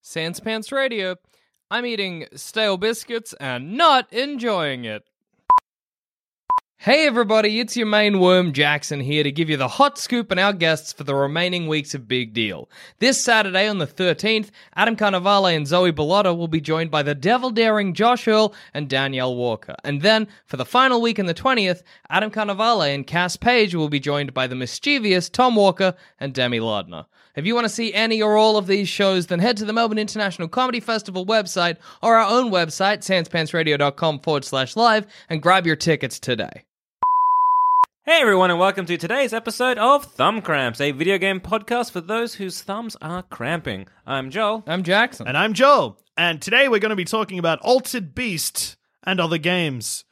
Sans Pants Radio. I'm eating stale biscuits and not enjoying it. Hey everybody, it's your main worm Jackson here to give you the hot scoop and our guests for the remaining weeks of Big Deal. This Saturday on the 13th, Adam Carnavale and Zoe Bellotta will be joined by the devil daring Josh Earl and Danielle Walker. And then, for the final week on the 20th, Adam Carnavale and Cass Page will be joined by the mischievous Tom Walker and Demi Lardner. If you want to see any or all of these shows, then head to the Melbourne International Comedy Festival website or our own website, sanspantsradio.com forward slash live, and grab your tickets today. Hey everyone, and welcome to today's episode of Thumb Cramps, a video game podcast for those whose thumbs are cramping. I'm Joel. I'm Jackson. And I'm Joel. And today we're going to be talking about Altered Beast and other games.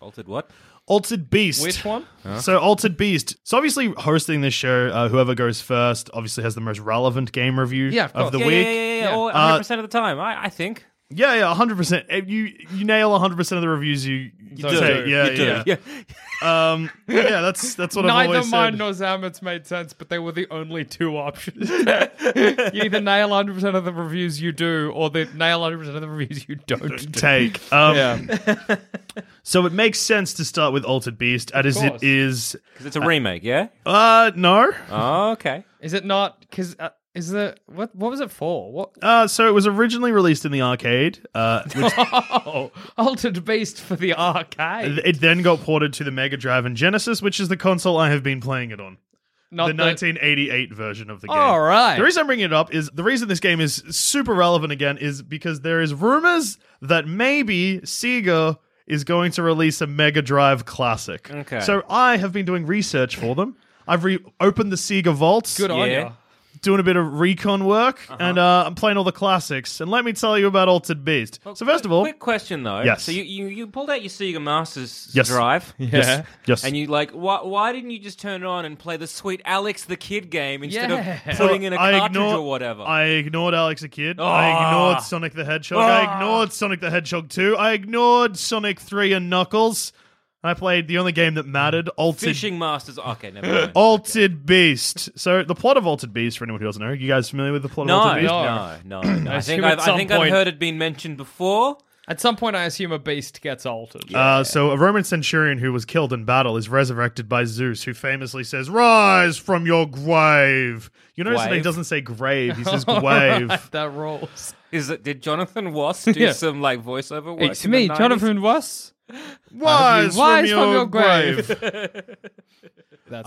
Altered what? Altered Beast. Which one? So Altered Beast. So obviously hosting this show, uh, whoever goes first obviously has the most relevant game review Yeah, of course. the Yeah, yeah, week. yeah, yeah, yeah. Uh, Yeah. Or 100% of the time, I, I think. Yeah, yeah, hundred percent. You you nail hundred percent of the reviews you, you do. take. Yeah, You do. yeah. Yeah. Um, yeah, that's that's what I've Neither always mine said. nor Zamet's made sense, but they were the only two options. you either nail 100% of the reviews you do, or the nail 100% of the reviews you don't. do. take. Um, Yeah. So it makes sense to start with Altered Beast, as course. it is. 'Cause it's a remake, yeah? Uh, no. Okay. Is it not? Because uh, is the what? What was it for? What? Uh, so it was originally released in the arcade, uh, which Oh, altered beast for the arcade. it then got ported to the Mega Drive and Genesis, which is the console I have been playing it on. not the 1988 version of the game. All right. The reason I'm bringing it up is the reason this game is super relevant again is because there is rumors that maybe Sega is going to release a Mega Drive classic. Okay. So I have been doing research for them. I've reopened the Sega vaults, Good on Uh-huh. Yeah. you. doing a bit of recon work, and uh, I'm playing all the classics. And let me tell you about Altered Beast. Oh, so first of all, Quick question, though. Yes. So you, you, you pulled out your Sega Masters Yes. drive. yes, yes, And you like why? Why didn't you just turn it on and play the sweet Alex the Kid game instead Yeah. of putting in a I cartridge ignored- or whatever? Ah. I ignored Alex the Kid. I ignored Sonic the Hedgehog. I ignored Sonic the Hedgehog 2. I ignored Sonic 3 and Knuckles. I played the only game that mattered, Altered, Fishing Masters. Okay, never mind. Altered Beast. So the plot of Altered Beast, for anyone who doesn't know, you guys familiar with the plot of No, Altered Beast? no, no, no. I assume think at I've, I some think I've point- heard it been mentioned before. At some point, I assume a beast gets altered. Oh, Uh, so a Roman centurion who was killed in battle is resurrected by Zeus, who famously says, "Rise from your grave." You notice that he Grave? doesn't say grave; he says grave. that rolls. Is it? Did Jonathan Wass do Yeah. some like voiceover work? It's in me, the 90s? Jonathan Ross. Rise, Rise from, your grave. That's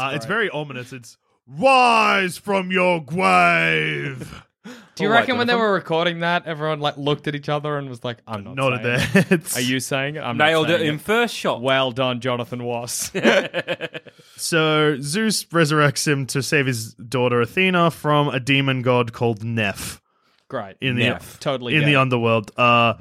Uh, it's great. very ominous. It's rise from your grave. Do you All right, reckon when they Jonathan. were recording that, everyone like looked at each other and was like, "I'm not." Not saying at that. It. Are you saying it? I'm not Nailed it saying in first shot. Well done, Jonathan Wass. So Zeus resurrects him to save his daughter Athena from a demon god called Neph Great. in the Neph. Totally in get the it. underworld. Uh,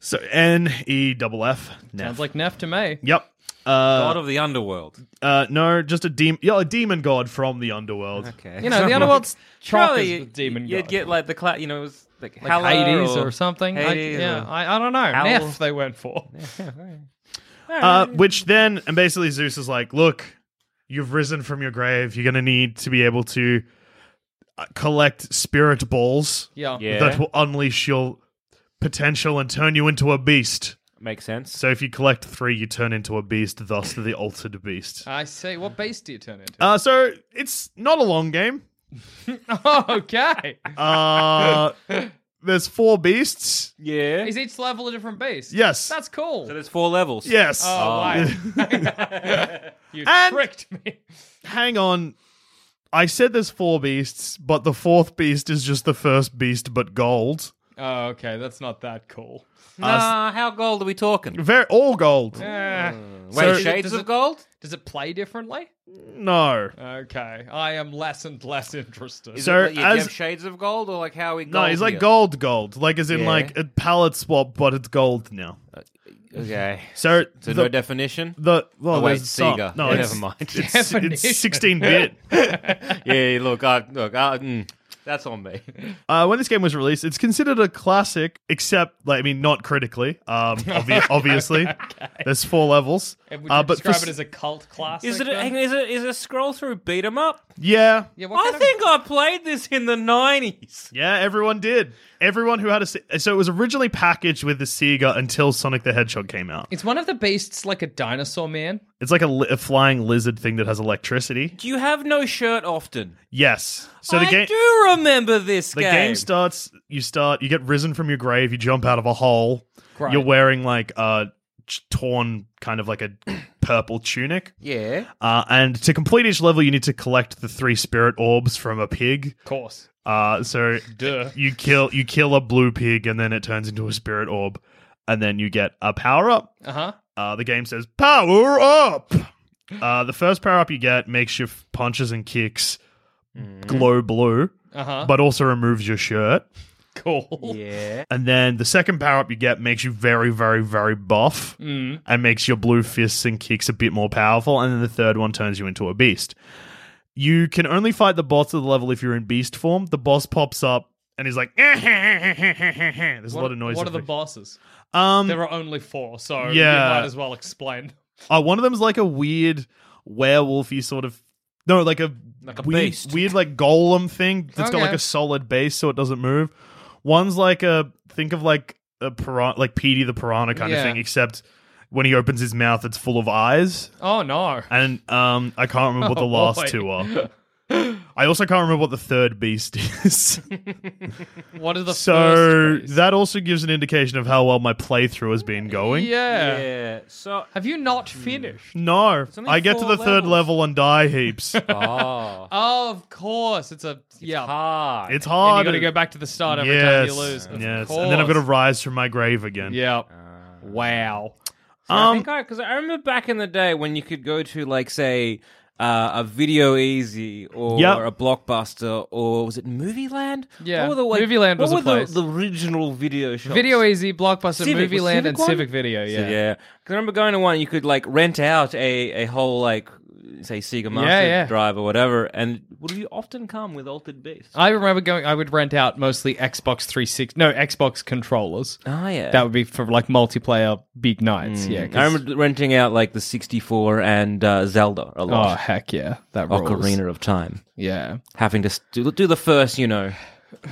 so N E double F. Sounds Neph. like Neff to me. Yep. Uh, God of the underworld. uh, no, just a demon. Yeah, a demon god from the underworld. Okay. You know, the underworld's Surely chockers with demon You'd god. get like the cla- you know, it was like, like Hela Hades or, or something. I, Hades yeah, or- I, I don't know. Howl. Neff they went for. Uh, which then, and basically Zeus is like, look, you've risen from your grave. You're going to need to be able to uh, collect spirit balls Yeah. Yeah. that will unleash your potential and turn you into a beast. Makes sense. So if you collect three, you turn into a beast, thus the altered beast. I see. What base do you turn into? Uh, so it's not a long game. okay. Uh, there's four beasts. Yeah. Is each level a different base? Yes. That's cool. So there's four levels. yes. oh, wow. you And- tricked me. Hang on. I said there's four beasts, but the fourth beast is just the first beast, but gold. Oh, okay. That's not that cool. Nah, Uh, how gold are we talking? Very all gold. Eh, Wait, So- shades of gold? does it play differently? No. Okay. I am less and less interested. Is So, it, like, you have as- shades of gold, or like how are we? Gold No, he's like here? gold, gold. Like as in Yeah. like a palette swap, but it's gold now. Okay, So, so the, no definition. the well, Oh, wait, there's some. Sega. No, Yeah, it's, never mind. It's, Definition. it's 16 bit. yeah, look, I, look, I, mm, that's on me. Uh, when this game was released, it's considered a classic, except, like, I mean, not critically. Um, obvi- obviously, there's four levels. Would you uh, but describe for it s- as a cult classic? Is it? then? Is it? Is a scroll through beat 'em up? yeah, Yeah, what I kind of- think I played this in the nineties. yeah. Everyone did. Everyone who had a Se- so it was originally packaged with the Sega until Sonic the Hedgehog came out. It's one of the beasts like a dinosaur man. It's like a, li- a flying lizard thing that has electricity. Do you have no shirt often? Yes. So the I game. do remember this The game. game starts. You start. You get risen from your grave. You jump out of a hole. Great. You're wearing like a t- torn, kind of like a purple tunic. yeah. Uh, and to complete each level, you need to collect the three spirit orbs from a pig. Of course. Uh, so Duh. you kill you kill a blue pig, and then it turns into a spirit orb, and then you get a power up. Uh huh. Uh, the game says power up. Uh, the first power up you get makes your f- punches and kicks glow blue, Uh huh. but also removes your shirt. Cool. Yeah. And then the second power up you get makes you very, very, very buff Mm. and makes your blue fists and kicks a bit more powerful. And then the third one turns you into a beast. You can only fight the boss of the level if you're in beast form. The boss pops up and he's like, there's a lot of noise. What are the effect. bosses? um, There are only four, so Yeah. you might as well explain. uh, one of them's like a weird werewolfy sort of. No, like a, Like a weird, beast. weird, like golem thing that's got Okay. like a solid base so it doesn't move. One's like a think of like a piranha, like Petey the piranha kind Yeah. of thing, except when he opens his mouth, it's full of eyes. Oh no. And um, I can't remember what the Oh, last boy. two are. I also can't remember what the third beast is. What are the so first that also gives an indication of how well my playthrough has been base? going. Yeah. Mm. Yeah. So. Have you not finished? No, only I get to four the third levels. level and die heaps. Oh. Oh, of course. It's a yeah. Hard. It's And you hard. got to go back to the start every time you lose. Of yes. course. And then I've got to rise from my grave again. Yeah. wow. I Um, think I because I remember back in the day when you could go to like say uh, a Video Easy or Yep. a Blockbuster or was it Movie Land? Yeah, what were the, like, Movie Land what was a were the- place. The, original video shops. Video Easy, Blockbuster, Civic- Movie was Land, Civic and one? Civic Video. So, Yeah. yeah, 'Cause I remember going to one. You could like rent out a, a whole like say Sega Master yeah. Drive or whatever, and would you often come with altered beasts? I remember going. I would rent out mostly Xbox 360, no Xbox controllers. oh yeah, Mm. That would be for like multiplayer big nights. Yeah, 'cause- I remember renting out like the sixty four and uh, Zelda a Oh lot. heck yeah, that rules. Ocarina of Time. Yeah. having to do, do the first, you know,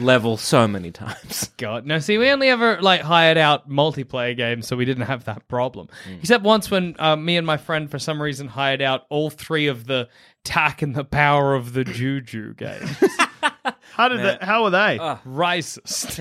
level so many times. God, no. See, we only ever like hired out multiplayer games, so we didn't have that problem. Mm. Except once when uh, me and my friend, for some reason, hired out all three of the Tack and the Power of the Juju game. How did that, how are they? Ah. Racist.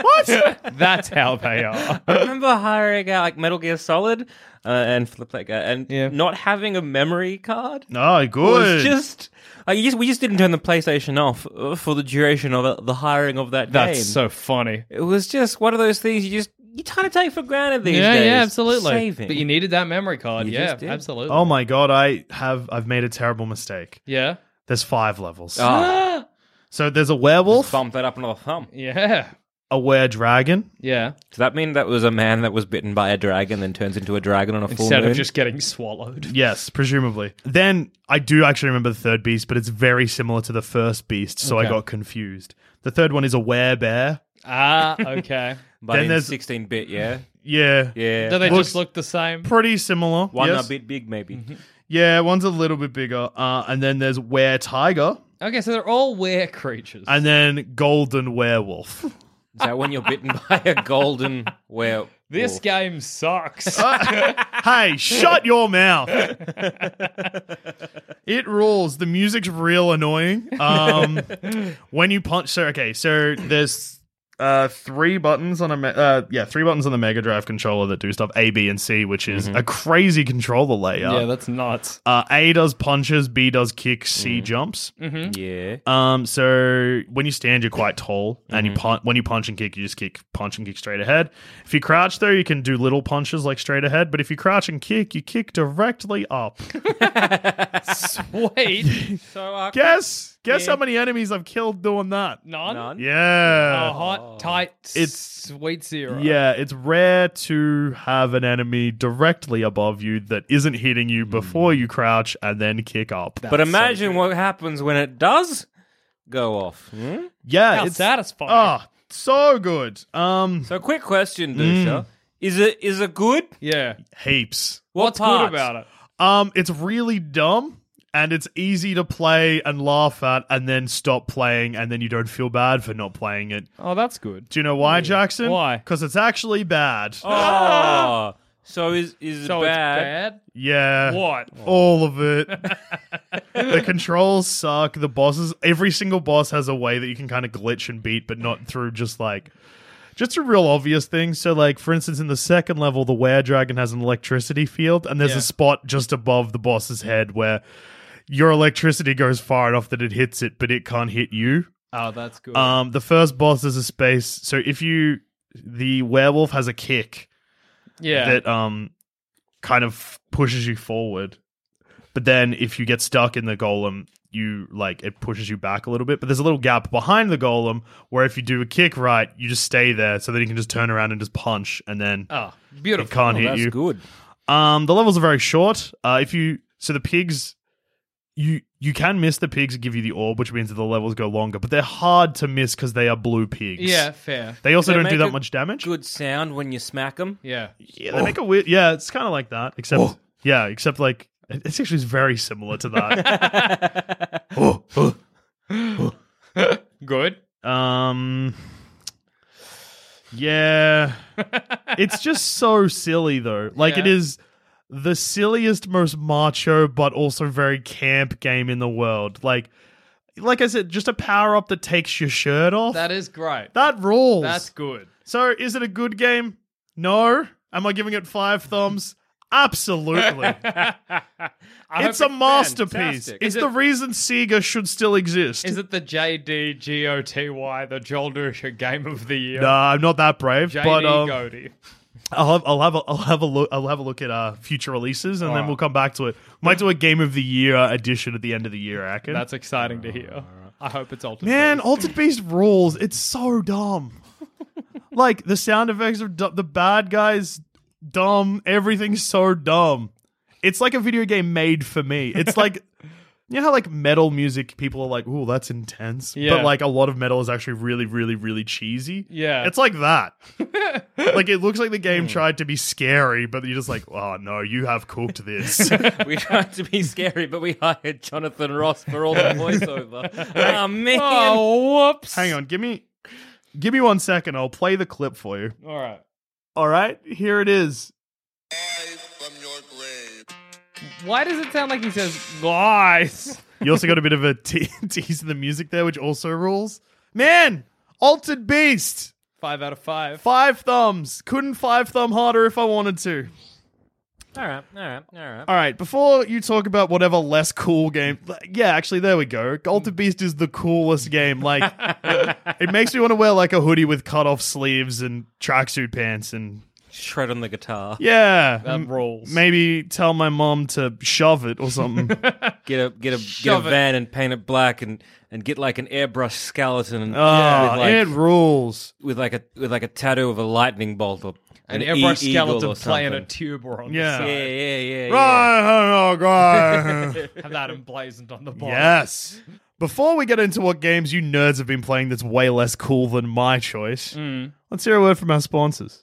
what? That's how they are. I remember hiring out like Metal Gear Solid uh, and Flip like, uh, and Yeah. not having a memory card. oh, good. Was just like you just, we just didn't turn the PlayStation off uh, for the duration of uh, the hiring of that That's game. so funny. it was just one of those things you just you kind of take for granted these yeah, days. yeah, absolutely. Saving. But you needed that memory card. You yeah, just did. absolutely. oh my god, I have I've made a terrible mistake. Yeah. There's five levels. Ah, So there's a werewolf, thumb that up another thumb. Yeah. a were dragon. Yeah. Does that mean that was a man that was bitten by a dragon, then turns into a dragon on a full Instead moon? of just getting swallowed. Yes, presumably. Then I do actually remember the third beast, but it's very similar to the first beast, so I Okay. got confused. The third one is a werebear. Ah, okay. but then in there's- sixteen bit, yeah. Yeah. Yeah. Do they Looks- just look the same? Pretty similar. One yes. a bit big, maybe. Mm-hmm. Yeah, one's a little bit bigger. Uh, and then there's Were Tiger, Okay, so they're all were creatures. and then Golden Werewolf. Is that when you're bitten by a golden where this game sucks. Uh, hey, shut your mouth. it rules. The music's real annoying. Um, when you punch, so okay, so there's uh, three buttons on a me- uh, yeah, three buttons on the Mega Drive controller that do stuff A, B, and C, which is a crazy controller layout. yeah, that's nuts. uh, a does punches, B does kicks, C jumps. Mm-hmm. Yeah. Um, so when you stand, you're quite tall, and Mm-hmm. you pun- when you punch and kick, you just kick punch and kick straight ahead. If you crouch, though, you can do little punches like straight ahead. But if you crouch and kick, you kick directly up. Wait, So uh, guess guess how many enemies I've killed doing that? none? Oh, None. A Yeah, hot, tight, It's- it's sweet zero. yeah. It's rare to have an enemy directly above you that isn't hitting you Mm. before you crouch and then kick up. but imagine what happens when it does go off. Hmm? yeah, How it's satisfying. Oh, so good. Um, So, quick question, Mm. Dusha. Is it is it good? Yeah. heaps. What What's good parts? about it? Um, it's really dumb and it's easy to play and laugh at and then stop playing and then you don't feel bad for not playing it. Oh, that's good. Do you know why, Jackson? Why? Because it's actually bad. Ah. Oh, so is is it So bad? it's bad? Yeah. What? All of it. the controls suck. The bosses, every single boss has a way that you can kind of glitch and beat, but not through just like. Just a real obvious thing. So, like, for instance, in the second level, the were dragon has an electricity field, and there's Yeah. a spot just above the boss's head where your electricity goes far enough that it hits it, but it can't hit you. Oh, that's good. Um, the first boss is a space. So, if you. The werewolf has a kick yeah. that um kind of pushes you forward. But then if you get stuck in the golem, you like it pushes you back a little bit. But there's a little gap behind the golem where if you do a kick right, you just stay there so then you can just turn around and just punch and then oh, it beautiful. can't Oh, hit that's you. good. Um the levels are very short. Uh if you so the pigs you you can miss the pigs that give you the orb, which means that the levels go longer, but they're hard to miss because they are blue pigs. Yeah, fair. They also They don't do make that a much damage. Good sound when you smack them. Yeah. Yeah, they make a weird. Yeah, it's kind of like that, except yeah, except like it's actually very similar to that. Good. um, yeah, it's just so silly though. Like it Yeah. is the silliest, most macho, but also very camp game in the world. Like, like I said, just a power up that takes your shirt off. That is great. that rules. That's good. So, is it a good game? No. Am I giving it five thumbs? Absolutely. it's a masterpiece. fantastic. It's the reason Sega should still exist. Is it the JDGOTY, the Joldusha Game of the Year? Nah, I'm not that brave, JD but um, Goaty. I'll have I'll have a, I'll have a look I'll have a look at uh, future releases, and then we'll come back to it. Might do a game of the year uh, edition at the end of the year. I reckon. That's exciting to hear. I hope it's altered. Man, Beast. Altered Beast rules. It's so dumb. like the sound effects are du- the bad guys dumb. Everything's so dumb. It's like a video game made for me. It's like you know how like metal music people are like, "Ooh, that's intense," Yeah. but like a lot of metal is actually really, really, really cheesy. Yeah. Hmm. it's like that. like it looks like the game tried to be scary, but you're just like, "Oh no, you have cooked this." we tried to be scary, but we hired Jonathan Ross for all the voiceover. oh man! Oh, whoops. Hang on, give me, give me one second. I'll play the clip for you. All right. All right, here it is. Why does it sound like he says, guys? You also got a bit of a te- tease in the music there, which also rules. Man, Altered Beast, Five out of five. five thumbs. Couldn't five thumb harder if I wanted to. All right, all right, all right. All right, before you talk about whatever less cool game, yeah, actually, there we go. Altered Beast is the coolest game. Like, it makes me want to wear like a hoodie with cut off sleeves and tracksuit pants, and Shred on the guitar. yeah, That m- rules. maybe tell my mom to shove it or something. Get a get a Shove it. get a van and paint it black and and get like an airbrush skeleton and Ah, it with, like, rules. with like a with like a tattoo of a lightning bolt or And an every e- eagle skeleton or playing a something. tuba on the Yeah, Yeah. side. yeah, yeah. yeah. Right, oh, God. Have that emblazoned on the bottom. Yes. Before we get into what games you nerds have been Mm. playing that's way less cool than my choice, let's hear a word from our sponsors.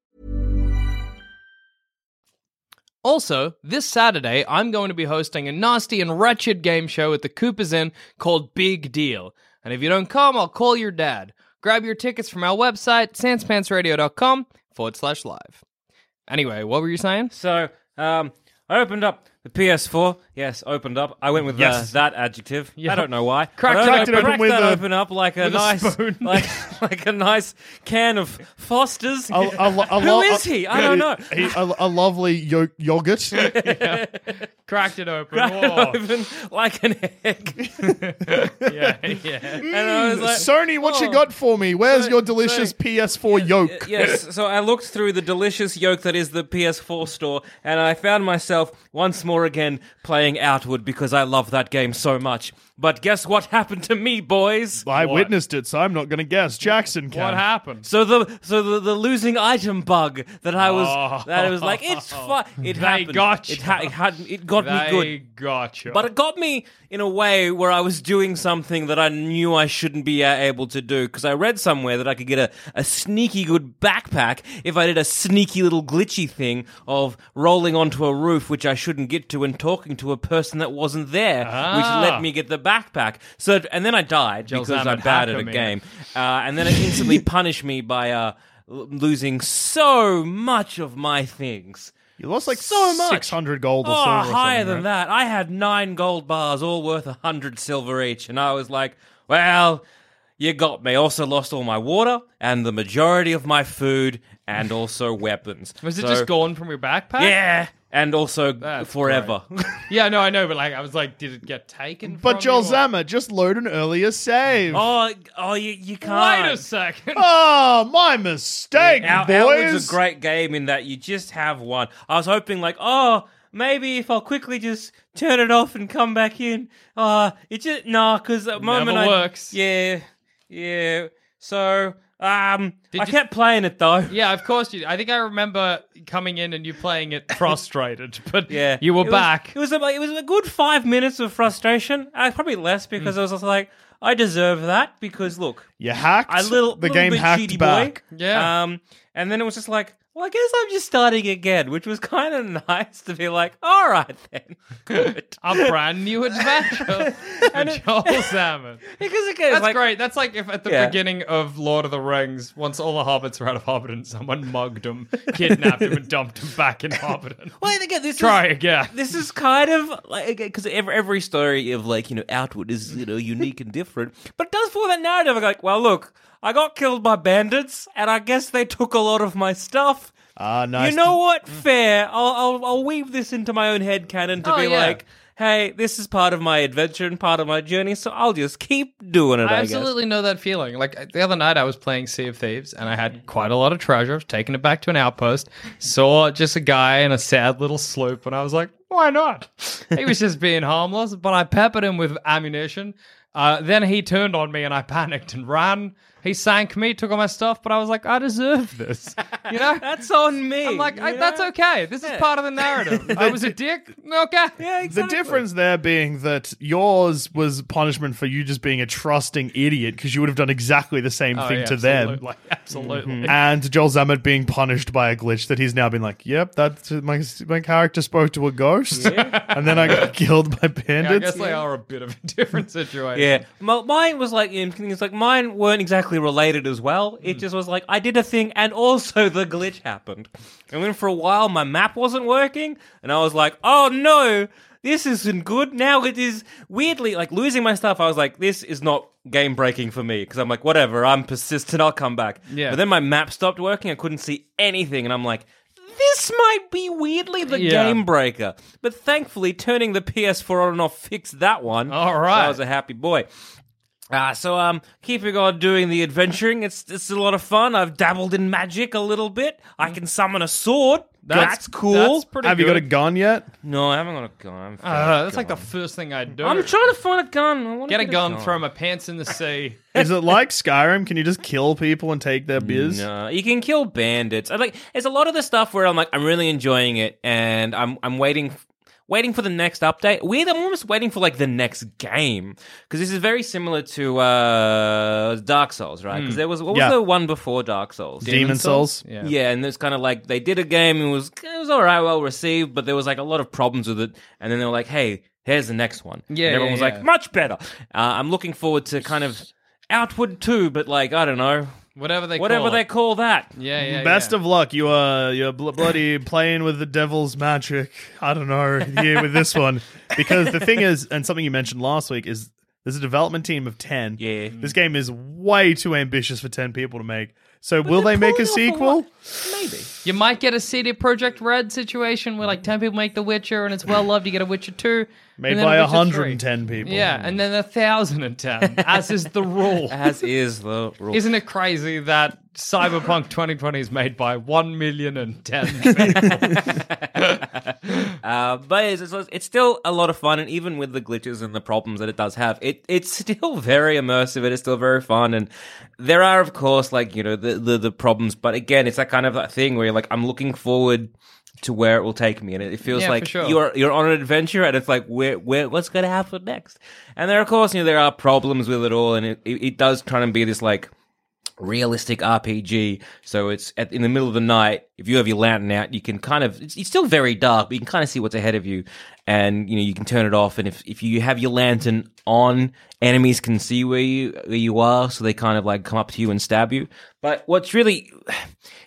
Also, this Saturday, I'm going to be hosting a nasty and wretched game show at the Cooper's Inn called Big Deal. And if you don't come, I'll call your dad. Grab your tickets from our website, sanspantsradio.com forward slash live. Anyway, what were you saying? So, um, I opened up the PS4. Yes, opened up. I went with uh, Yes. that adjective. Yeah. I don't know why. Cracked- I cracked it open with that a- open up like a with a nice, spoon. like like a nice can of Fosters. A, a, lo- a Who lo- is he? I don't know. He, a, a lovely yo- yogurt. Cracked it open. Open like an egg. yeah, yeah. And I Mm, was like, Sony, what oh. you got for me? Where's your so- delicious PS4 yolk? Yes, so I looked through the delicious yolk that is the PS4 store, and I found myself once more again playing Outward because I love that game so much. But guess what happened to me, boys? I witnessed it, so I'm not going to guess. Jackson can. What happened? So the so the, the losing item bug that I was that I was like it's fun. It Oh. They happened. got It, ha- it, had, it got me They good. gotcha. But it got me in a way where I was doing something that I knew I shouldn't be uh, able to do because I read somewhere that I could get a, a sneaky good backpack if I did a sneaky little glitchy thing of rolling onto a roof which I shouldn't get to and talking to a person that wasn't there, Ah. which let me get the backpack. So and then I died because I'm Zaman bad at a Hakimi. game, uh, and then it instantly punished me by. Uh, l- Losing so much of my things. You lost like So much. 600 gold or Oh, silver. or higher something, than right? that. I had nine gold bars, all worth a hundred silver each, and I was like, "Well, you got me." Also, lost all my water and the majority of my food, and also weapons. was it So- just gone from your backpack? Yeah, and also That's forever. Yeah, no, I know, but like, I was like, did it get taken? But from Joel you or- Zammer, just load an earlier save. Oh, oh, oh, you, you can't. Wait a second. my mistake, Out- boys. Outward's a great game in that you just have one. I was hoping like, oh, maybe if I'll quickly just turn it off and come back in. Uh it just nah, because the moment I works. Yeah, yeah. So um, I you- kept playing it though. Yeah, of course you. I think I remember coming in and you playing it frustrated, but Yeah, you were It was- back. It was a, it was a good five minutes of frustration. Uh, probably less Mm. because I was just like, I deserve that because look, You hacked. I little the little game bit hacked cheaty back. Boy. Yeah. Um, and then it was just like, well, I guess I'm just starting again, which was kind of nice to be like, all right then, good. Um, a brand new adventure. and Joel Salmon. because again, it's That's like, great. That's like if at the Yeah. beginning of Lord of the Rings, once all the hobbits were out of Hobbiton, someone mugged them, kidnapped them, and dumped them back in Hobbiton. Well, and again, this Try is, again. This is kind of like because every, every story of like you know Outward is you know unique and different, but it does follow that narrative. of, Like, well, look, I got killed by bandits, and I guess they took a lot of my stuff. Ah, nice. You know what? Fair. I'll, I'll I'll weave this into my own head canon to Oh, be yeah. like, hey, this is part of my adventure and part of my journey, so I'll just keep doing it. I, I guess. absolutely know that feeling. Like uh, the other night, I was playing Sea of Thieves, and I Mm-hmm. had quite a lot of treasure. I was taking it back to an outpost, saw just a guy in a sad little sloop, and I was like, "Why not?" he was just being harmless, but I peppered him with ammunition. Uh, then he turned on me, and I panicked and ran. He sank me, took all my stuff, but I was like, I deserve this. You know? That's on me. I'm like, you I, that's know? okay. This is part of the narrative. I was a dick. Okay. Yeah, The exactly. difference there being that yours was punishment for you just being a trusting idiot because you would have done exactly the same Oh, thing yeah, to them. absolutely, Absolutely. Mm-hmm. And Joel Zammett being punished by a glitch that he's now been like, yep, that's my my character spoke to a ghost, and then I got killed by Yeah, I bandits. guess they are a bit of a different situation. Yeah, M- mine was like in things like mine weren't exactly related as well. Hmm. It just was like I did a thing, and also the glitch happened. And then for a while, my map wasn't working, and I was like, "Oh no, this isn't good." Now it is weirdly like losing my stuff. I was like, "This is not game breaking for me," because I'm like, "Whatever, I'm persistent. I'll come back." Yeah. But then my map stopped working. I couldn't see anything, and I'm like. This might be weirdly the Yeah. game breaker, but thankfully turning the PS4 on and off fixed that one. All So right. I was a happy boy. Uh, so um, keeping on doing the adventuring, it's it's a lot of fun. I've dabbled in magic a little bit. I can summon a sword. That's, cool. That's pretty have you got a gun yet? no, I haven't got a gun. I'm, afraid. Uh, that's like the first thing I do. I'm trying to find a gun. I wanna get a gun, throw my pants in the sea. Is it like Skyrim? Can you just kill people and take their biz? No, you can kill bandits. I like there's a lot of the stuff where I'm like I'm really enjoying it, and I'm I'm waiting. Waiting for the next update. Weird, I'm almost waiting for like the next game because this is very similar to uh, Dark Souls, right? Because there was what was Yeah. the one before Dark Souls? Demon, Souls. Yeah. Yeah. and it's kind of like they did a game and it was it was all right, well received, but there was like a lot of problems with it. And then they were like, "Hey, here's the next one." Yeah, and everyone yeah, was yeah. like, "Much better." Uh, I'm looking forward to kind of Outward too, but like I don't know, Whatever they whatever call they it. call that. Yeah, yeah. Best yeah. of luck. You are you're bl- bloody playing with the devil's magic. I don't know here with this one because the thing is, and something you mentioned last week is there's a development team of ten. Yeah. this game is way too ambitious for ten people to make. So will they make a sequel? Maybe. You might get a CD Project Red situation where like ten people make The Witcher and it's well loved. You get a Witcher two Made and then by a Witcher 110 three. people. Yeah, and then a thousand and ten, as is the rule. As is the rule. Isn't it crazy that Cyberpunk 2020 is made by one million and ten? people? Uh, but it's, it's, it's still a lot of fun, and even with the glitches and the problems that it does have, it it's still very immersive. It is still very fun, and there are of course like you know the the, the problems, but again, it's that kind of that thing where you're like I'm looking forward to where it will take me, and it, it feels Yeah, for like sure. you're you're on an adventure, and it's like where where what's going to happen next? And there of course you know there are problems with it all, and it it, it does try and be this like realistic RPG. So it's at, in the middle of the night. If you have your lantern out, you can kind of it's, it's still very dark, but you can kind of see what's ahead of you, and you know you can turn it off. And if if you have your lantern on, enemies can see where you where you are, so they kind of like come up to you and stab you. But what's really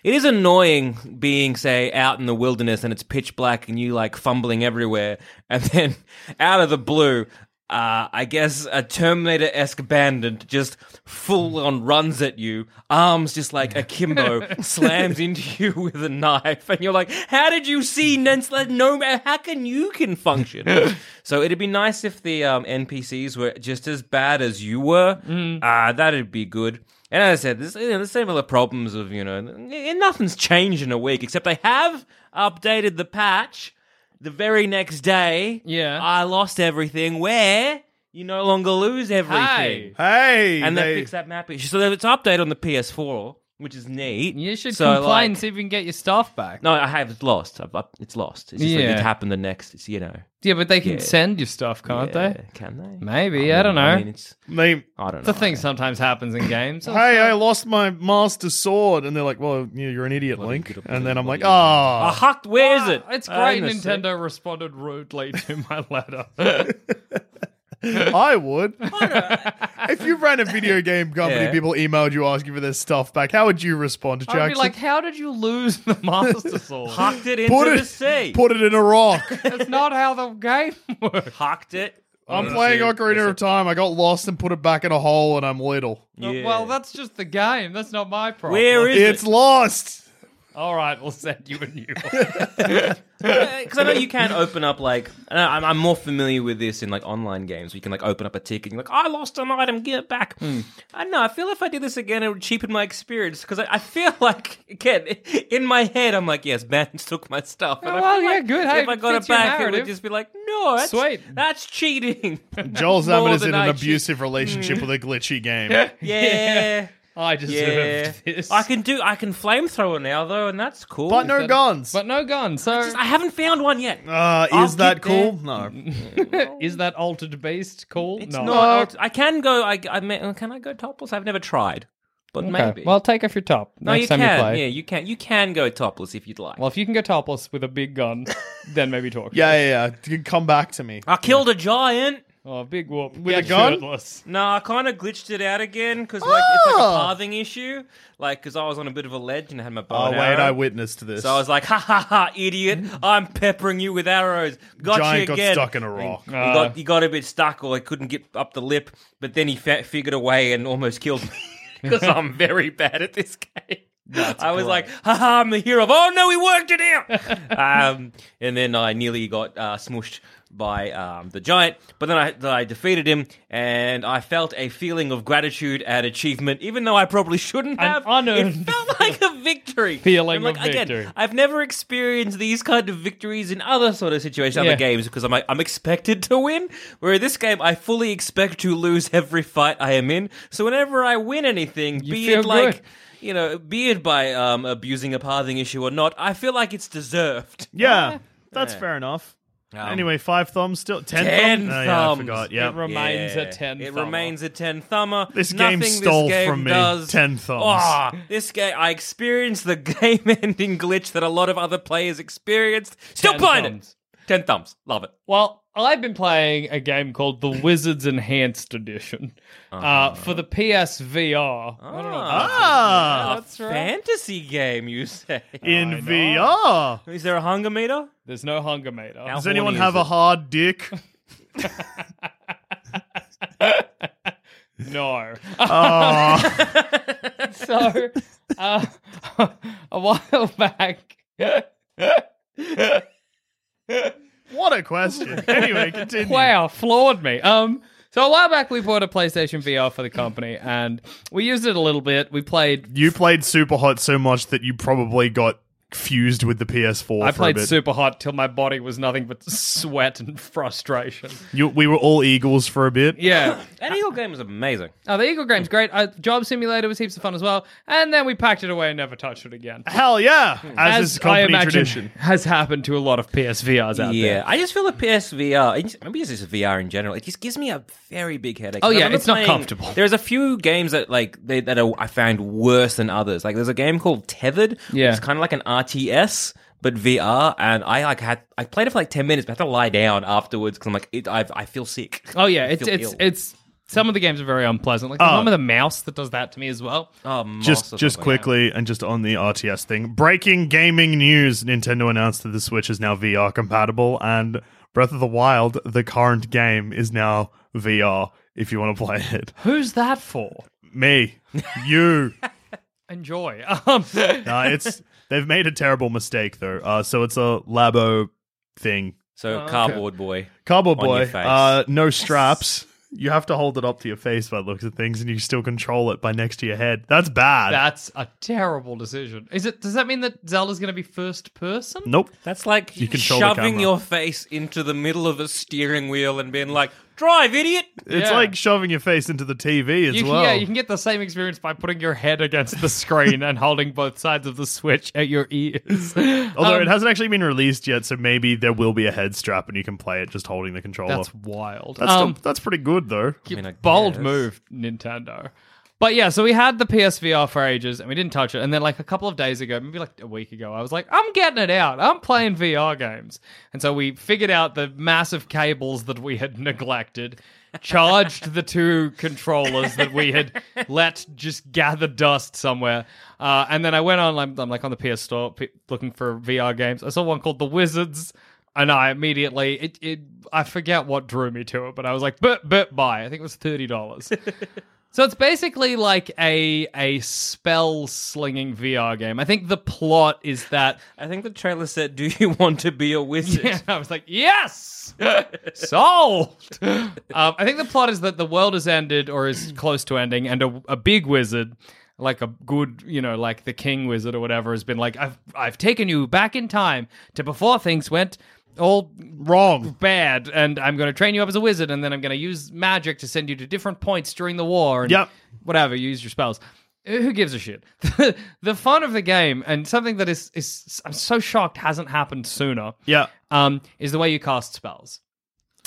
it is annoying being say out in the wilderness and it's pitch black and you like fumbling everywhere, and then out of the blue uh, I guess a Terminator esque bandit just full on runs at you, arms just like akimbo, slams into you with a knife, and you're like, "How did you see Nensla? No, ma- how can you can function?" so it'd be nice if the um, NPCs were just as bad as you were. Ah, that'd be good. And as I said, there's, you know, there's similar problems of you know, n- n- nothing's changed in a week except they have updated the patch. The very next day, Yeah. I lost everything. Where you no longer lose everything, Hey. Hey, and they, they- fix that map issue. So it's updated on the PS4, which is neat. you should So, complain and like- see if you can get your stuff back. no, I have it's lost. I've, up it's lost. It's just Yeah. like it happened the next. It's you know, Yeah, but they can Yeah. send you stuff, can't yeah, they? Can they? Maybe I, don't know. I mean, it's they- I don't know. the thing sometimes happens in games. Hey, I lost my master sword, and they're like, "Well, you- you're an idiot, Link." And then I'm like, "Ah, I hucked. Where is it? Uh, It's I great. don't see. Nintendo responded rudely to my letter. I would. if you ran a video game company, Yeah. people emailed you asking for their stuff back. How would you respond to I'd be Jackson? like, "How did you lose the Master Sword? Hucked it into put the it, sea. put it in a rock. That's not how the game works." Hucked it. I'm Yeah. playing Yeah. Ocarina of Time. I got lost and put it back in a hole, and I'm little. Yeah. Well, that's just the game. That's not my problem. Where is It's it? lost. All right, we'll send you a new one. because I know you can open up like I know I'm, I'm more familiar with this in like online games. Where you can like open up a ticket and you're like, I lost an item, give it back. Hmm. I don't know. I feel if I did this again, it would cheapen my experience because I, I feel like again in my head I'm like, yes, bandits took my stuff. And I Oh, Well, feel yeah, like good. Hey, If I it got fits it your back, it narrative. would just be like, no, that's, Sweet. That's cheating. More Joel Zammit is than in an I Hmm. cheat. abusive relationship with a glitchy game. yeah. I deserved this. I can do. I can flamethrower now though, and that's cool. But no But- guns. But no gun. So I haven't found one yet. uh, I'll is that get there. cool? No. is that altered beast cool? It's no. not. I can go. I, I may, uh, can I go topless? I've never tried, but Okay. maybe. Well, take off your top no, next you time can. you play. yeah, you can. You can go topless if you'd like. Well, if you can go topless with a big gun, then maybe talk. Yeah, yeah, yeah. Come back to me. I killed a giant. Oh, big whoop With Ah, Yeah, a gun? shirtless. No, I kind of glitched it out again because like it's like a Oh! pathing issue. Like because I was on a bit of a ledge and I had my bow. Oh, and wait, arrow. I witnessed this. So I was like, ha ha ha, idiot! I'm peppering you with arrows. Got Giant you got again. stuck in a rock. He Uh. got, he got a bit stuck, or I couldn't get up the lip. But then he fa- figured a way and almost killed me because I'm very bad at this game. I was like, "Ha ha! I'm the hero." Of, oh no, he worked it out. um, and then I nearly got uh, smushed by um, the giant, but then I, then I defeated him, and I felt a feeling of gratitude at achievement, even though I probably shouldn't An have. unearned It felt like a victory. feeling I'm like, of again, victory. I've never experienced these kind of victories in other sort of situations, Yeah. other games, because I'm like, I'm expected to win. Where in this game, I fully expect to lose every fight I am in. So whenever I win anything, You be feel it like. good. You know, be it by um, abusing a pathing issue or not, I feel like it's deserved. yeah, that's fair enough. anyway, five thumbs still. Ten, ten thumbs? Oh, yeah, I thumbs. forgot. Um, It Yeah. remains a Yeah. ten. It thumber. remains a ten thumber. This game Nothing stole this game from me does. 10 thumbs. Ah, this game. I experienced the game-ending glitch that a lot of other players experienced. Still Ten playing it. thumbs. Ten thumbs. Love it. Well, I've been playing a game called The Wizards Enhanced Edition uh Uh-huh. for the PSVR. I don't know. Ah, a fantasy game, you say? in VR. Is there a hunger meter? There's no hunger meter. How Does horny anyone is have it? a hard dick? No. Oh. Oh. so, uh, a while back. What a question. Anyway, continue. Wow, floored me. Um, so a while back we bought a PlayStation VR for the company, and we used it a little bit. We played. You played Super Hot so much that you probably got fused with the PS4 I for played a bit. super hot till my body was nothing but sweat and frustration. You- we were all Eagles for a bit. Yeah. That Eagle game is amazing. Oh, the Eagle game's great. Uh, Job Simulator was heaps of fun as well. And then we packed it away and never touched it again. Hell yeah! As, is I company imagine tradition. has happened to a lot of PSVRs out yeah, there. I just feel the PSVR. it just- Maybe it's just VR in general. It just gives me a very big headache. Oh, I yeah, remember it's not comfortable. There's a few games that like they, that are, I find worse than others. Like there's a game called Tethered. Yeah. it's kind of like an RTS but VR, and I like had I played it for like ten minutes, but I had to lie down afterwards because I'm like it, I've, I feel sick. Oh yeah, I it's feel it's ill. it's some of the games are very unpleasant. Like the Oh. one with the mouse that does that to me as well. Oh, moss Just, or just something. quickly, and just on the RTS thing. Breaking gaming news: Nintendo announced that the Switch is now VR compatible, and Breath of the Wild, the current game, is now VR. If you want to play it, Who's that for? me, you. Enjoy. Um, Nah, it's they've made a terrible mistake though. Uh, so it's a Labo thing Oh, So cardboard boy. Cowboy on your boy, face. uh, no straps. You have to hold it up to your face by the looks of things, and you still control it by next to your head. That's bad. that's a terrible decision. Is it? Does that mean that Zelda's going to be first person? nope. That's like You control the shoving camera. your face into the middle of a steering wheel and being like, "Drive, idiot." It's Yeah. like shoving your face into the TV as You can, well. Yeah, you can get the same experience by putting your head against the screen and holding both sides of the switch at your ears. Although it Um, hasn't actually been released yet, so maybe there will be a head strap and you can play it just holding the controller. that's That's, wild. that's, Um, still- that's pretty good though. mean, I bold guess. move, Nintendo. But yeah, so we had the PSVR for ages and we didn't touch it. And then, like a couple of days ago, maybe like a week ago, I was like, I'm getting it out. I'm playing VR games. And so we figured out the massive cables that we had neglected, charged the two controllers that we had let just gather dust somewhere. Uh, and then I went on, I'm, I'm like on the PS Store p- looking for VR games. I saw one called The Wizards and I immediately it, it I forget what drew me to it, but I was like, but but buy. I think it was thirty dollars. so it's basically like a a spell slinging VR game. I think the plot is that I think the trailer said, "Do you want to be a wizard?" yeah, I was like, yes, solved. Um, I think the plot is that the world has ended or is close to ending, and a, a big wizard, like a good, you know, like the king wizard or whatever, has been like, I've I've taken you back in time to before things went all Wrong. bad, and I'm going to train you up as a wizard, and then I'm going to use magic to send you to different points during the war. And Yep. Whatever, use your spells. Uh, who gives a shit? the fun of the game and something that is is I'm so shocked hasn't happened sooner. Yeah. Um, is the way you cast spells.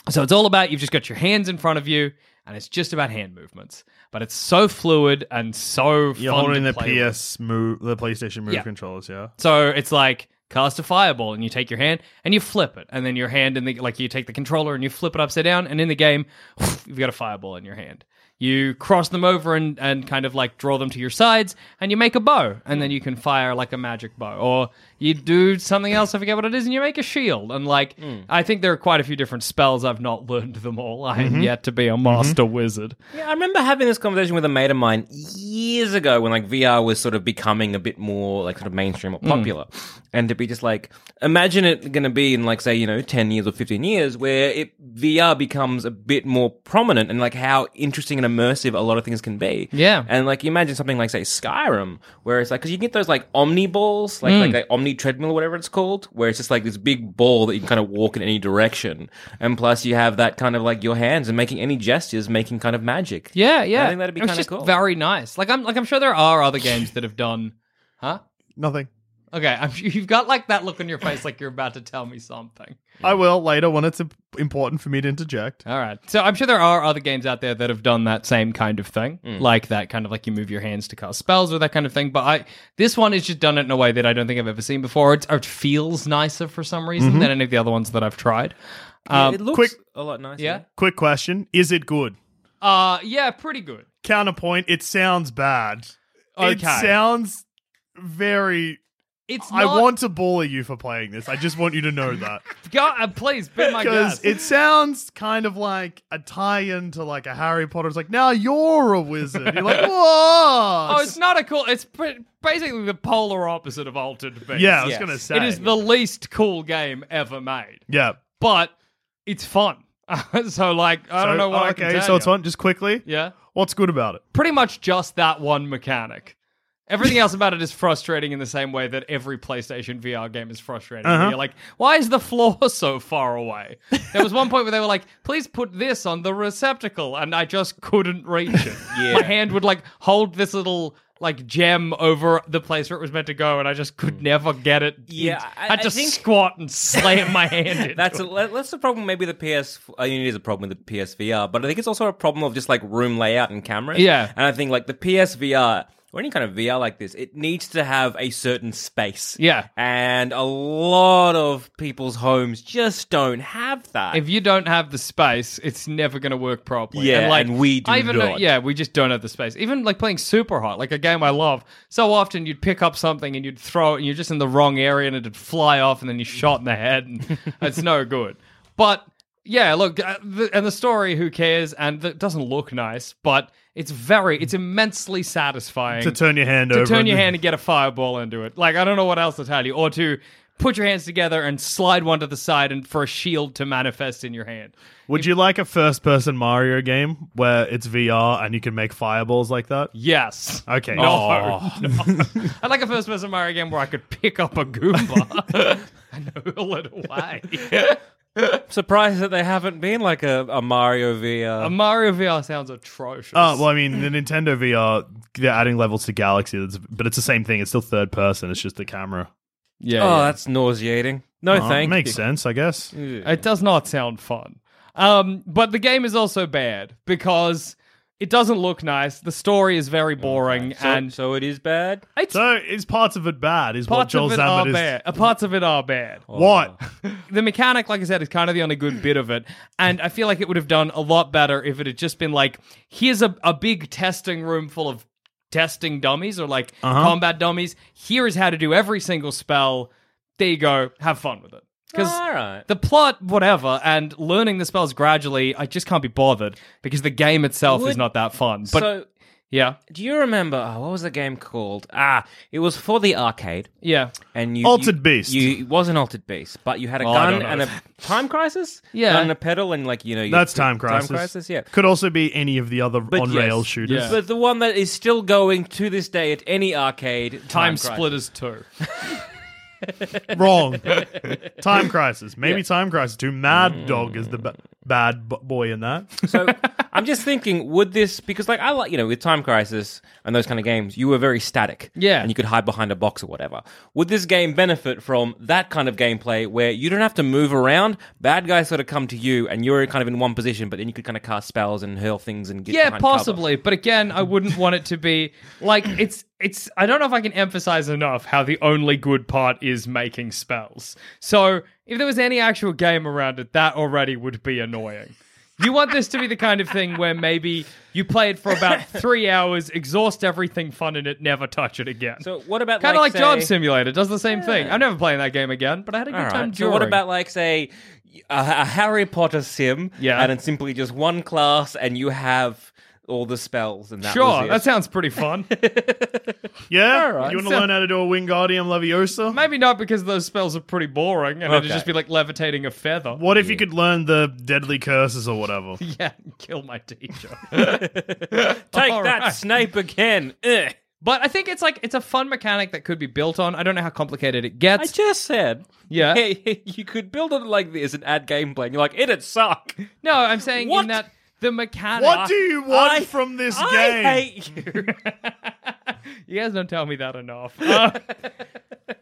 So it's all about you've just got your hands in front of you, and it's just about hand movements. But it's so fluid and so You're fun holding to the play with. PS move, the PlayStation Move Yeah. controllers. Yeah. So it's like cast a fireball and you take your hand and you flip it and then your hand and the like you take the controller and you flip it upside down and in the game you've got a fireball in your hand. You cross them over and, and kind of like draw them to your sides and you make a bow and then you can fire like a magic bow or you do something else I forget what it is and you make a shield and like Hmm. I think there are quite a few different spells I've not learned them all. I Mm-hmm. am yet to be a master wizard. Yeah, I remember having this conversation with a mate of mine years ago when like VR was sort of becoming a bit more like sort of mainstream or popular. And to be just like imagine it gonna be in like say, you know, ten years or fifteen years where it VR becomes a bit more prominent and like how interesting and immersive a lot of things can be. Yeah. And like you imagine something like say Skyrim, where it's like because you get those like omni balls, like like, like Hmm. omni treadmill, or whatever it's called, where it's just like this big ball that you can kind of walk in any direction, and plus you have that kind of like your hands and making any gestures, making kind of magic. Yeah, yeah. I think that'd be It was kind of just cool. Very nice. Like I'm like I'm sure there are other games that have done huh? Nothing. Okay, I'm, you've got like that look on your face, like you're about to tell me something. I will later when it's im- important for me to interject. All right, so I'm sure there are other games out there that have done that same kind of thing, like that kind of like you move your hands to cast spells or that kind of thing. But I, this one is just done it in a way that I don't think I've ever seen before. It's, it feels nicer for some reason Mm-hmm. than any of the other ones that I've tried. Yeah, it looks quick- a lot nicer. Um, Yeah. Quick question: Is it good? Uh, yeah, pretty good. Counterpoint: It sounds bad. It Okay. sounds very. It's I not, want to bully you for playing this. I just want you to know that Go, uh, please be my because guest. it sounds kind of like a tie-in to like a Harry Potter. It's like now you're a wizard. You're like whoa. Oh, it's not a cool. It's pre- basically the polar opposite of Altered Beast. yeah. I was Yes. gonna say it is the least cool game ever made. yeah. but it's fun. so like I So- don't know what oh, I okay, can tell so it's you. fun. Just quickly, Yeah, what's good about it? pretty much just that one mechanic. Everything else about it is frustrating in the same way that every PlayStation VR game is frustrating. where Uh-huh. You're like, why is the floor so far away? There was one point where they were like, please put this on the receptacle, and I just couldn't reach it. Yeah. My hand would like hold this little like gem over the place where it was meant to go, and I just could never get it. Hmm. Yeah, into- I- I'd I just think- squat and slam my hand. Into That's it. a, that- that's the problem. Maybe the PS. I mean, it is a problem with the PSVR, but I think it's also a problem of just like room layout and cameras. Yeah. and I think like the PSVR or any kind of VR like this, it needs to have a certain space. Yeah. and a lot of people's homes just don't have that. if you don't have the space, it's never going to work properly. Yeah, and, like, and we do I even Know, not. yeah, we just don't have the space. Even like playing Super Hot, like a game I love. So often you'd pick up something and you'd throw it, and you're just in the wrong area, and it'd fly off, and then you shot in the head, and it's no good. But yeah, look, uh, the, and the story, who cares? And the, it doesn't look nice, but it's very, it's immensely satisfying To turn your hand to over. turn and- your hand and get a fireball into it. Like I don't know what else to tell you, or to put your hands together and slide one to the side and for a shield to manifest in your hand. Would you like a first-person Mario game where it's VR and you can make fireballs like that? Yes. Okay. No. no. I'd like a first person Mario game where I could pick up a Goomba and hurl it away. surprised that they haven't been like a, a Mario VR. A Mario VR sounds atrocious. Oh well, I mean, the Nintendo VR, they're adding levels to Galaxy, that's- but it's the same thing. It's still third person. It's just the camera. yeah. oh, yeah. uh, that's nauseating. No, Oh, thank makes you. sense, I guess. It does not sound fun. Um, but the game is also bad because it doesn't look nice. The story is very boring, So, and so it is bad. it's So is parts of it bad? Is parts what Joel of it Zammert are is. bad. Oh. Uh, parts of it are bad. What? The mechanic, like I said, is kind of the only good bit of it, and I feel like it would have done a lot better if it had just been like, here's a, a big testing room full of testing dummies or like Uh-huh. combat dummies. Here is how to do every single spell. There you go. Have fun with it. Because All right. the plot, whatever, and learning the spells gradually, I just can't be bothered because the game itself is Would- not that fun. But so, yeah, do you remember oh, what was the game called? Ah, it was for the arcade, yeah, and you Altered you- Beast. You, it was an altered beast, but you had a Oh, I don't gun know. and a time crisis. Yeah. and a pedal, and like you know, you- That's time crisis. Time crisis, yeah. Could also be any of the other But on yes. rail shooters. Yeah. But the one that is still going to this day at any arcade, time, Crisis. splitters too. Wrong. time crisis. Maybe time crisis too. Mad Dog is the b- bad b- boy in that. So I'm just thinking, would this because like I like you know with Time Crisis and those kind of games, you were very static, Yeah. and you could hide behind a box or whatever. Would this game benefit from that kind of gameplay where you don't have to move around? Bad guys sort of come to you, and you're kind of in one position, but then you could kind of cast spells and hurl things and get yeah, behind cover. possibly. But again, I wouldn't want it to be like it's it's I don't know if I can emphasize enough how the only good part is making spells. So, if there was any actual game around it, that already would be annoying. You want this to be the kind of thing where maybe you play it for about 3 hours, exhaust everything fun in it, never touch it again. So what about kind of like, like, say- Job Simulator does the same thing. I'm never playing that game again, but I had a good All right. time So what during. about like say a, a Harry Potter sim? Yeah. and it's simply just one class, and you have all the spells and that. was Sure, it. that sounds pretty fun. Yeah, right. you want to So- learn how to do a Wingardium Leviosa? Maybe not because those spells are pretty boring, and it'd Okay. just be like levitating a feather. What if you could learn the deadly curses or whatever? Yeah, kill my teacher. Take All that, right. Snape again. Ugh. but I think it's like it's a fun mechanic that could be built on. I don't know how complicated it gets. I just said, Yeah. hey, you could build it like this and add gameplay. And you're like, it'd suck. no, I'm saying in What? that the mechanic. What do you want I- from this I game? hate you. You guys don't tell me that enough. Uh,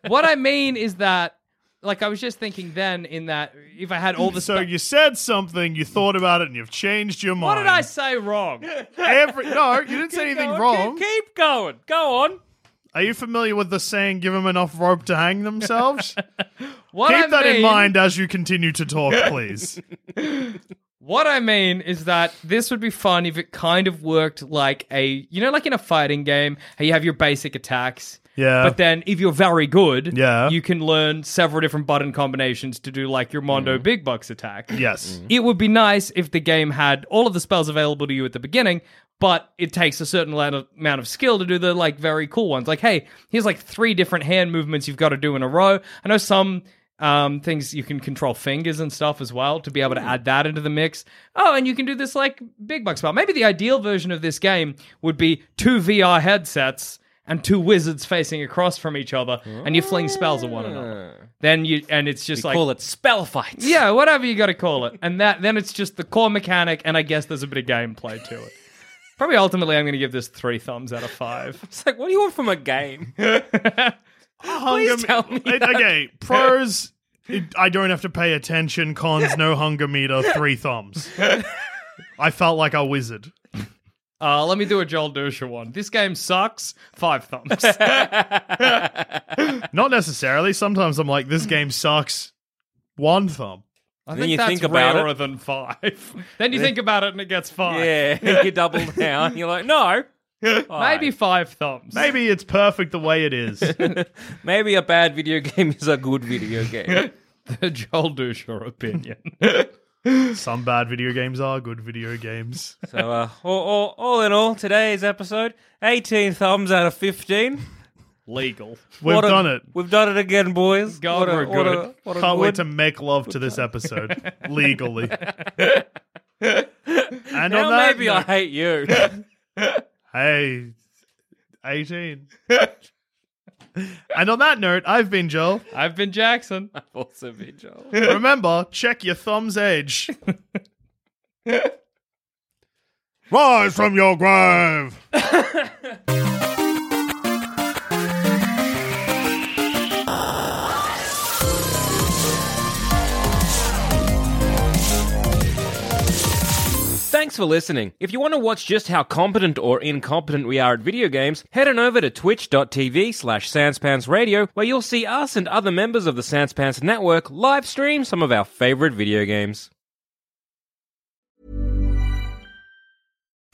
what I mean is that, like, I was just thinking then in that if I had all the so spe- you said something, you thought about it, and you've changed your What mind. did I say wrong? Every, no, you didn't say anything wrong. Keep, keep going. Go on. Are you familiar with the saying, give them enough rope to hang themselves? What Keep I that in mean- mind as you continue to talk, please. What I mean is that this would be fun if it kind of worked like a, you know, like in a fighting game, how you have your basic attacks. Yeah. But then if you're very good, Yeah. you can learn several different button combinations to do like your Mondo Big Bucks attack. yes. It would be nice if the game had all of the spells available to you at the beginning, but it takes a certain amount of, amount of skill to do the like very cool ones. Like, hey, here's like three different hand movements you've got to do in a row. I know some um, things you can control fingers and stuff as well to be able to add that into the mix. Oh, and you can do this like big bucks spell. Maybe the ideal version of this game would be two VR headsets and two wizards facing across from each other, and you fling spells at one another. Then you and it's just We like call it spell fights. yeah, whatever you got to call it. And that then it's just the core mechanic, and I guess there's a bit of gameplay to it. Probably ultimately, I'm going to give this three thumbs out of five. It's like, what do you want from a game? Hunger tell me it- Okay, pros. it- I don't have to pay attention. Cons, no hunger meter, three thumbs. I felt like a wizard. Uh, let me do a Joel Dusha one. This game sucks. Five thumbs. Not necessarily. Sometimes I'm like, this game sucks. One thumb. I Then think you that's think about rarer it. than five. then you think about it and it gets five. yeah, you double down. You're like, no. Maybe five thumbs. Maybe it's perfect the way it is. Maybe a bad video game is a good video game. the Joel Dusha opinion. Some bad video games are good video games. so, uh, all, all, all in all, today's episode 18 thumbs out of 15. Legal. We've What a- done it. We've done it again, boys. God, What a- we're what a- good. what a Can't wait good- to make love to this episode legally. and Now on that, maybe I note- hate you. hey, eighteen. and on that note, I've been Joel. I've been Jackson. also be Joel. Remember, check your thumb's age. Rise from your grave. Thanks for listening. If you want to watch just how competent or incompetent we are at video games, head on over to twitch.tv slash sanspantsradio where you'll see us and other members of the Sanspants Network live stream some of our favorite video games.